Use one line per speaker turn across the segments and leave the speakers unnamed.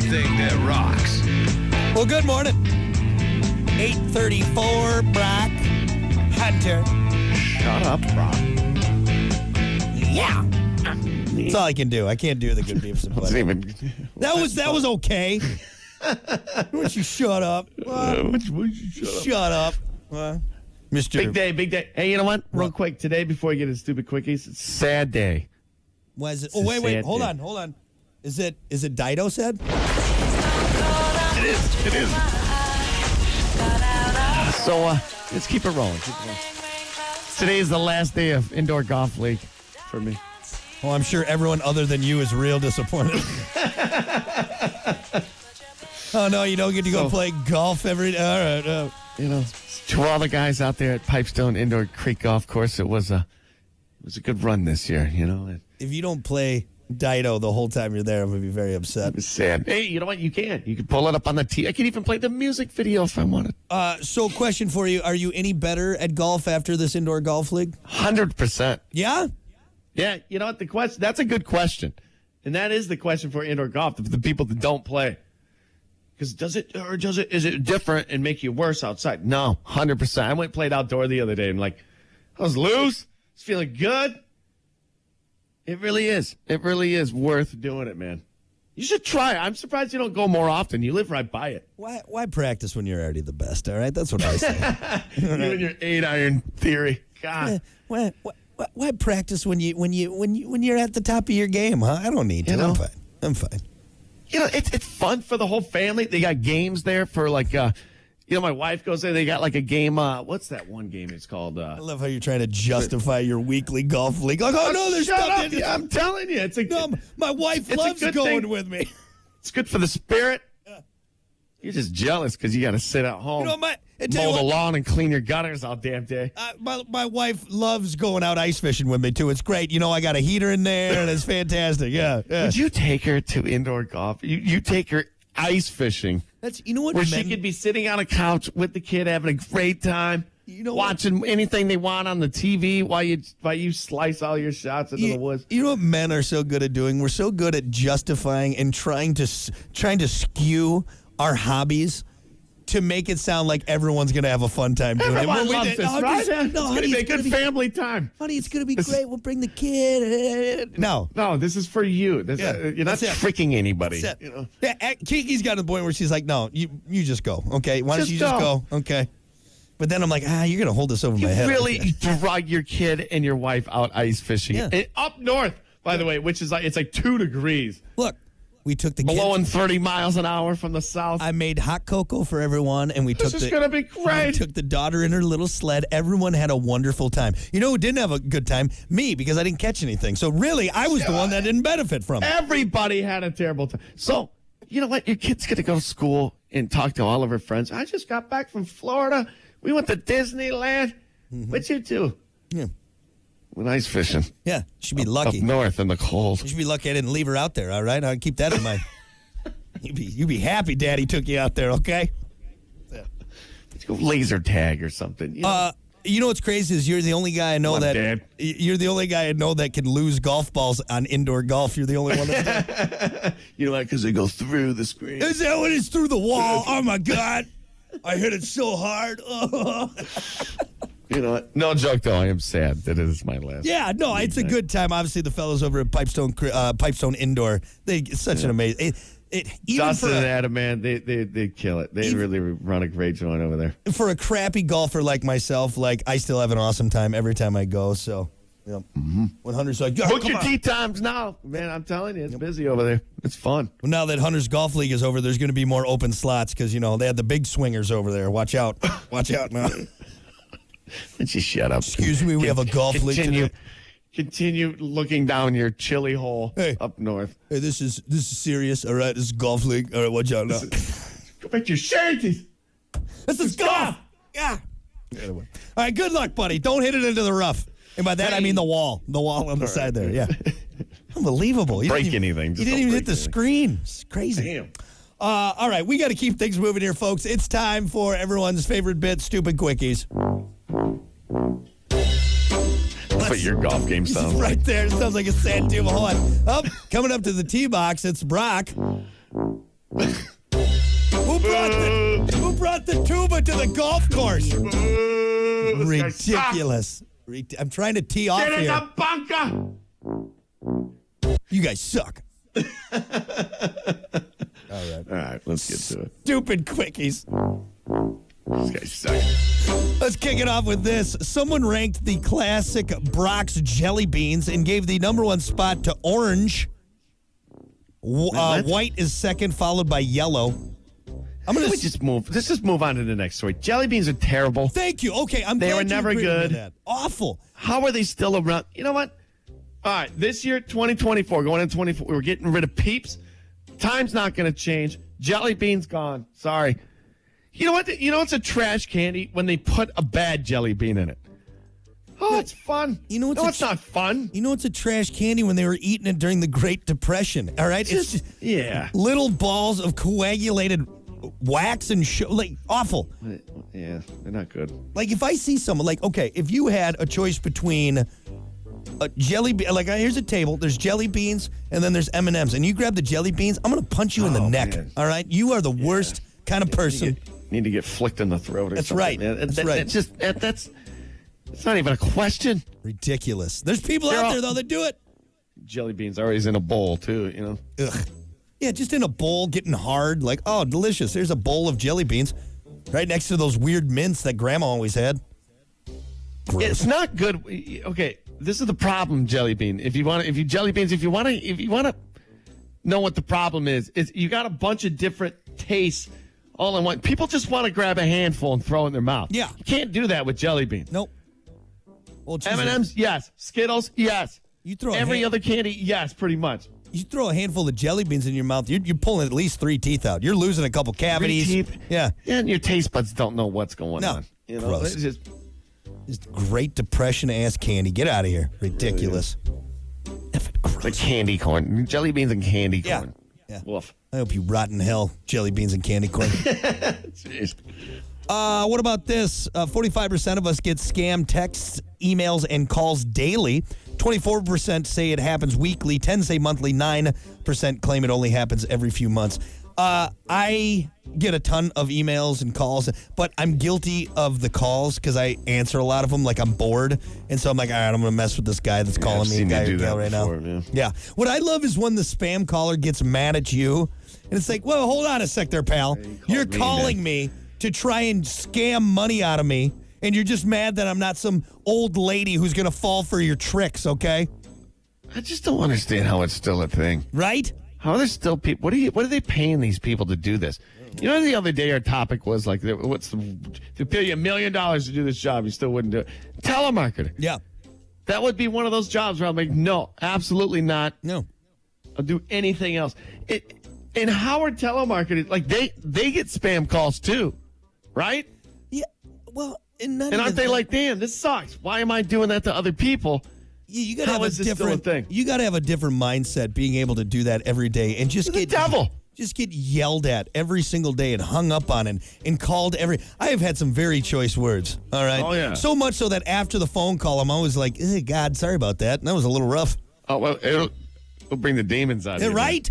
thing that rocks.
Well, good morning. 834 Brock Hunter.
Shut up, Brock.
Yeah. That's all I can do. I can't do the good beefs and
It's
butter.
even-
That was that was okay. Won't you shut up?
Uh, what- what- shut up.
Shut up. Uh,
Big
Mr.
day, big day. Hey, you know what? Real quick today, before you get into stupid quickies, it's sad day.
Was it? Oh wait, wait,
sad
hold
day.
on, hold on. Is it is it Dido said?
It is. It is. So uh, let's keep it rolling. Keep it rolling. Today is the last day of indoor golf league for me.
Well, Oh, I'm sure everyone other than you is real disappointed. oh no, you don't get to go
So-
play golf every day. All right. Uh,
You know, to all the guys out there at Pipestone Indoor Creek Golf Course, it was a it was a good run this year. You know, it,
if you don't play Dido the whole time you're there, I'm gonna be very upset.
was sad. Hey, you know what? You can you can pull it up on the T. I can even play the music video if I wanted.
Uh, so, question for you: Are you any better at golf after this indoor golf league?
Hundred percent.
Yeah.
Yeah, you know what? The question that's a good question. And that is the question for indoor golf, the, the people that don't play. Because does it or does it is it different and make you worse outside? No, hundred percent. I went and played outdoor the other day and like I was loose, it's feeling good. It really is. It really is worth doing it, man. You should try. it. I'm surprised you don't go more often. You live right by it.
Why? Why practice when you're already the best? All right, that's what I say.
You and your eight iron theory. God.
why, why, why practice when you when you when you when you're at the top of your game? Huh? I don't need to.
You know?
I'm fine. I'm fine.
you know, it's it's fun for the whole family. They got games there for like uh you know, my wife goes there, they got like a game uh what's that one game it's called
I
uh
love how you're trying to justify your weekly golf league. Like, oh no, there's
Shut
stuff
up.
in-
Yeah, I'm telling you, it's a
No, my wife
It's a
loves
good
going
thing.
with me.
it's good for the spirit. You're just jealous because you got to sit at home,
You know, my- I tell you
mow the
what-
lawn, and clean your gutters all damn day.
Uh, my, my wife loves going out ice fishing with me too. It's great. You know, I got a heater in there, and it's fantastic. Yeah, yeah.
Would you take her to indoor golf? You you take her ice fishing,
That's you know what
where
men-
she could be sitting on a couch with the kid having a great time.
You know what?
watching anything they want on the TV while you while you slice all your shots into the woods.
You know what men are so good at doing? We're so good at justifying and trying to s- trying to skew our hobbies to make it sound like everyone's going to have a fun time doing
Everyone
it. Well, we
loves
did-
this,
oh,
right?
just-
it's
No,
going to
honey,
be a
it's gonna
good
be-
family time.
honey, it's going to be
This is-
great. We'll bring the kid. No.
No, this is for you. This,
Yeah,
uh, you're not
that's it.
tricking anybody.
That's it.
You know?
Yeah, a- Kiki's got to the point where she's like, "No, you you just go, okay? Why don't
Just
you
go.
just go, okay?" But then I'm like, "Ah, you're gonna hold this over
You
my head."
really drag your kid and your wife out ice fishing.
Yeah.
And up north, by the way, which is like it's like two degrees,
Look, we took the kids.
blowing 30 miles an hour from the south.
I made hot cocoa for everyone, and we
this
took
is
the
going to be
I
great.
took the daughter in her little sled. Everyone had a wonderful time. You know who didn't have a good time? Me, because I didn't catch anything. So really, I was the one that didn't benefit from it.
Everybody had a terrible time. So, you know what? Your kid's going to go to school and talk to all of her friends. I just got back from Florida. We went to Disneyland. What'd you do?
Mm-hmm. Yeah.
Went ice fishing
Yeah, she'd be
up
lucky.
north in the cold.
She'd be lucky I didn't leave her out there. All right, I'll keep that in mind. you be you be happy, Daddy took you out there. Okay.
Let's go laser tag or something. You know?
Uh, you know what's crazy is you're the only guy I know
on,
that
Dad.
y- you're the only guy I know that can lose golf balls on indoor golf. You're the only one. That's done.
you know why? Because they go through the screen.
is that when it's through the wall? Oh my god. I hit it so hard.
You know what? No joke, though. I am sad that it is my last.
Yeah, no, it's a good time. Obviously, the fellows over at Pipestone Cre- uh, Pipestone Indoor, they it's such an amazing. It, it even
Dustin
for
and
a,
Adam, man, they, they, they kill it. They
Even-
really run a great joint over there.
for a crappy golfer like myself, like I still have an awesome time every time I go. So, yep. when Hunter's like, "Yeah,
Book
come
your
on."
tee times now. Man, I'm telling you, it's busy over there. It's fun.
Well, now that Hunter's golf league is over, there's going to be more open slots because you know they had the big swingers over there. Watch out, watch out now.
And she shut up.
Excuse me, we have a golf league
continue,
today.
Continue looking down your chili hole
Hey.
up north.
Hey, this is this is serious. All right, this is golf league. All right, watch out now.
Go back to your shanties.
This is golf. Yeah. All right. Good luck, buddy. Don't hit it into the rough. And by that I mean the wall, the wall on the side there. Yeah. Unbelievable. You didn't
break
even-
anything. Just
you didn't
don't
even
break
hit the
anything.
screen. It's crazy.
Damn.
Uh, all right, we got to keep things moving here, folks. It's time for everyone's favorite bit, stupid quickies.
That's what your golf game sounds like.
Right there, it Oh, sounds like a sad tune. Hold on. Up, coming up to the tee box, it's Brock. brought the Who brought the tuba to the golf course? Ridiculous. Rid- I'm trying to tee off
Get in
here.
the bunker.
You guys suck.
All right, let's get to it.
Stupid quickies.
This guy sucks.
Let's kick it off with this. Someone ranked the classic Brock's jelly beans and gave the number one spot to orange. W- Uh,
What?
white is second, followed by yellow. I'm
Can
gonna
we
s-
just move? Let's just move on to the next story. Jelly beans are terrible.
thank you. Okay, I'm.
They
glad
were
you
never
agreed with me on
good.
That. Awful.
How are they still around? You know what? All right, this year, 2024, going into 24, we're getting rid of peeps. Time's not going to change. Jelly beans gone. Sorry. You know what? the- you know it's a trash candy when they put a bad jelly bean in it. Oh, it's fun.
You know what's
no,
a
it's
tr-
not fun.
You know it's a trash candy when they were eating it during the Great Depression. All right, it's just
yeah,
little balls of coagulated wax and sh- like awful.
yeah, they're not good.
Like if I see someone, like okay, if you had a choice between a jelly bean, like uh, here's a table, there's jelly beans, and then there's M and M's, and you grab the jelly beans, I'm gonna punch you in the
Oh,
neck.
man.
All right, you are the worst kind of person.
Need to get flicked in the throat. Or
That's
something,
right.
man.
That's
That-
right.
That's just that, that's. It's not even a question.
Ridiculous. There's people
They're
out
all-
there though that do it.
Jelly beans always in a bowl too. You know.
Ugh. Yeah, just in a bowl, getting hard. Like oh, delicious. Here's a bowl of jelly beans, right next to those weird mints that Grandma always had.
It's not good. Okay, this is the problem, jelly bean. If you want, to if you jelly beans, if you want to, if you want to know what the problem is, is you got a bunch of different tastes all in one. People just want to grab a handful and throw it in their mouth.
Yeah.
you can't do that with jelly beans.
Nope. Well, geez,
M and M's, yes. Skittles, yes.
You throw a
every
hand-
other candy, yes, pretty much.
You throw a handful of jelly beans in your mouth, you're, you're pulling at least three teeth out. You're losing a couple cavities.
Teeth.
Yeah,
and your taste buds don't know what's going
No.
on. You know,
Gross.
it's just
just great depression ass candy. Get out of here. Ridiculous. Eff it, gross.
the candy corn, jelly beans, and candy
Yeah.
corn.
Yeah.
Woof.
I hope you rot in hell, jelly beans and candy corn.
Jeez.
uh, what about this? Uh, 45% of us get scam texts, emails, and calls daily. 24% say it happens weekly. 10 say monthly. 9% claim it only happens every few months. Uh, I get a ton of emails and calls, but I'm guilty of the calls because I answer a lot of them. Like I'm bored, and so I'm like, all right, I'm gonna mess with this guy that's calling me,
seen you
guy
do
or gal
that
right
before,
now.
yeah.
Yeah. What I love is when the spam caller gets mad at you, and it's like, well, hold on a sec there, pal.
called
You're
me,
calling me to try and scam money out of me, and you're just mad that I'm not some old lady who's going to fall for your tricks, okay?
I just don't understand how it's still a thing.
Right?
How are there still people? What are you? What are they paying these people to do this? You know, the other day our topic was like, "What's the, to pay you a million dollars to do this job? You still wouldn't do it." Telemarketer.
Yeah.
That would be one of those jobs where I'm like, "No, absolutely not.
No.
I'll do anything else." It, and how are telemarketers like they they get spam calls too, right?
Yeah. Well, and, none
And
of
aren't
the-
they like, "Damn, this sucks. Why am I doing that to other people?"
Yeah, you gotta
How
have
is
a
this still a
different
thing?
You gotta have a different mindset being able to do that every day and just
You're
get
the devil.
Just get yelled at every single day and hung up on and, and called every. I have had some very choice words. All right.
Oh, yeah.
So much so that after the phone call, I'm always like, "Eh, God, sorry about that. That was a little rough.
Oh well, it'll, it'll bring the demons out. of
They're
you, man.
right.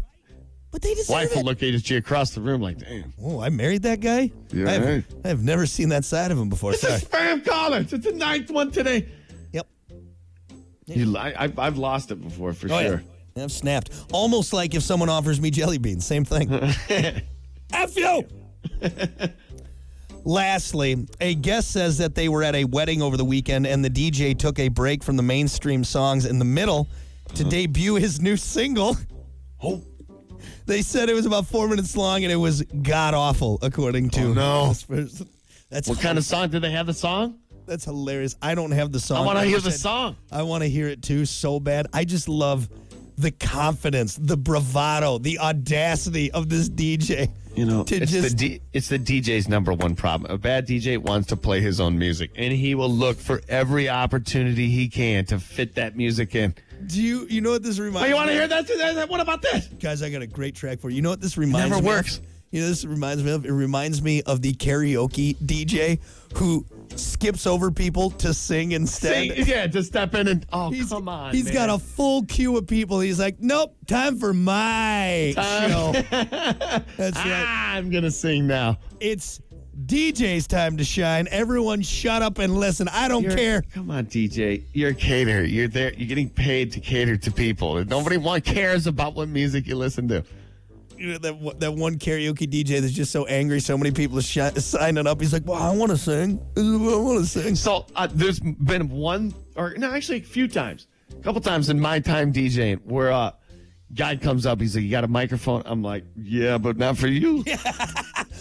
But they deserve
Wife will
it.
look at you across the room like, "Damn."
oh, I married that guy.
Yeah,
I've,
right.
I've never seen that side of him before.
It's a
Sorry.
spam college. It's the ninth one today.
Yep.
You, I, I've, I've lost it before for
Oh,
sure.
yeah. I've snapped. Almost like if someone offers me jelly beans. Same thing. F you! Lastly, a guest says that they were at a wedding over the weekend and the DJ took a break from the mainstream songs in the middle to debut his new single.
Uh-huh. Oh.
They said it was about four minutes long and it was god awful, according to
Oh, no.
this person. That's
What kind of song? Did they have the song?
that's hilarious. I don't have the song.
I want to hear the
song.
song.
I want to hear it too so bad. I just love the confidence, the bravado, the audacity of this DJ.
You know,
to
it's,
just
the D, it's the DJ's number one problem. A bad DJ wants to play his own music, and he will look for every opportunity he can to fit that music in.
do you you know what this reminds?
Oh, you want to
me of?
hear that? that- that- What about this?
guys? I got a great track for you. You know what this reminds
never
me? of?
works.
You know this reminds me of. It reminds me of the karaoke DJ who skips over people to sing instead.
See, yeah, to step in and oh
He's,
come on.
he's
man.
got a full queue of people. He's like, nope, time for my show. That's right.
Ah, I'm gonna sing now.
It's DJ's time to shine. Everyone shut up and listen. I don't
You're-
care.
Come on, DJ. You're a caterer. You're there. You're getting paid to cater to people. Nobody want, cares about what music you listen to.
You know, that, one- that one karaoke DJ that's just so angry, so many people are shi- signing up. He's like, well, I want to sing. I want to sing.
So uh, there's been one, or no, actually a few times, a couple times in my time DJing, where uh, guy comes up, he's like, "You got a microphone?" I'm like, "Yeah, but not for you."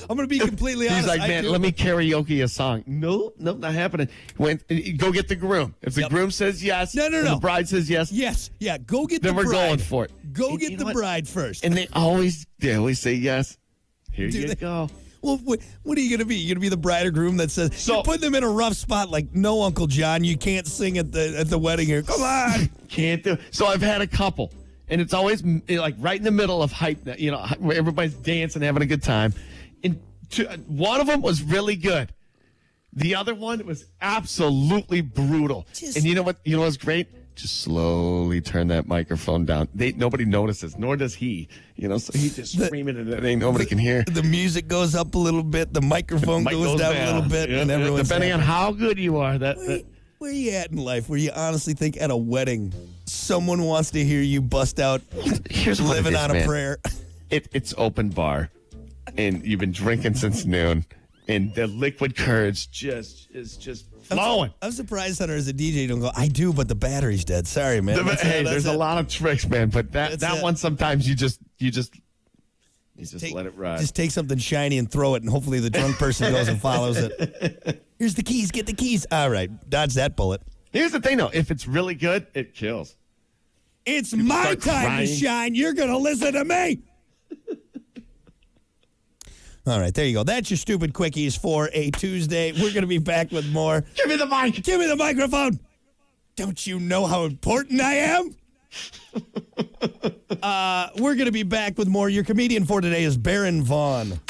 I'm going to be completely honest.
He's like,
I
man,
do-
let me karaoke a song. No, no, not happening. Went, uh, go get the groom. If the
Yep.
groom says yes,
No, no,
and
no.
The bride says yes.
Yes, yeah, go get
Then
the
we're
bride.
going for it.
Go
And
get
you know
the
what?
bride first.
And they always, they always say yes. Here
Do
you
they-
go.
Well, what, what are you going to be? You're going to be the bride or groom that says,
So-
you're putting them in a rough spot like, no, Uncle John, you can't sing at the at the wedding here. Come on.
Can't do. So I've had a couple, and it's always mm, like right in the middle of hype. You know, where everybody's dancing, having a good time. And two, one of them was really good. The other one was absolutely brutal.
Just-
and you know what? You know what's great? Just slowly turn that microphone down. They, nobody notices, nor does he. You know, so he just screaming and it ain't nobody can hear.
the music goes up a little bit, the microphone
Mic
goes,
goes
down, a little bit,
Yeah,
and
yeah,
everyone's
depending
happy.
on how good you are. That,
where,
that
you- where you at in life? Where you honestly think at a wedding, someone wants to hear you bust out
here's what it
living
is,
on a
man.
prayer.
it, it's open bar and you've been drinking since noon and the liquid courage just is just flowing
I'm surprised, Hunter, as a DJ, you don't go, I do, but the battery's dead. Sorry, man. That's it,
hey
that's
there's a
it.
lot of tricks man but that
That's
that
it.
one sometimes you just you just you just
Take-
let it ride
Just take something shiny and throw it, and hopefully the drunk person goes and follows it. Here's the keys. Get the keys. All right, dodge that bullet.
here's the thing though if it's really good it kills
It's my
start
time
crying.
to shine. You're gonna listen to me. All right, there you go. That's your stupid quickies for a Tuesday. We're gonna be back with more.
give me the mic
Give me the microphone. Don't you know how important I am? uh, we're going to be back with more. Your comedian for today is Baron Vaughn.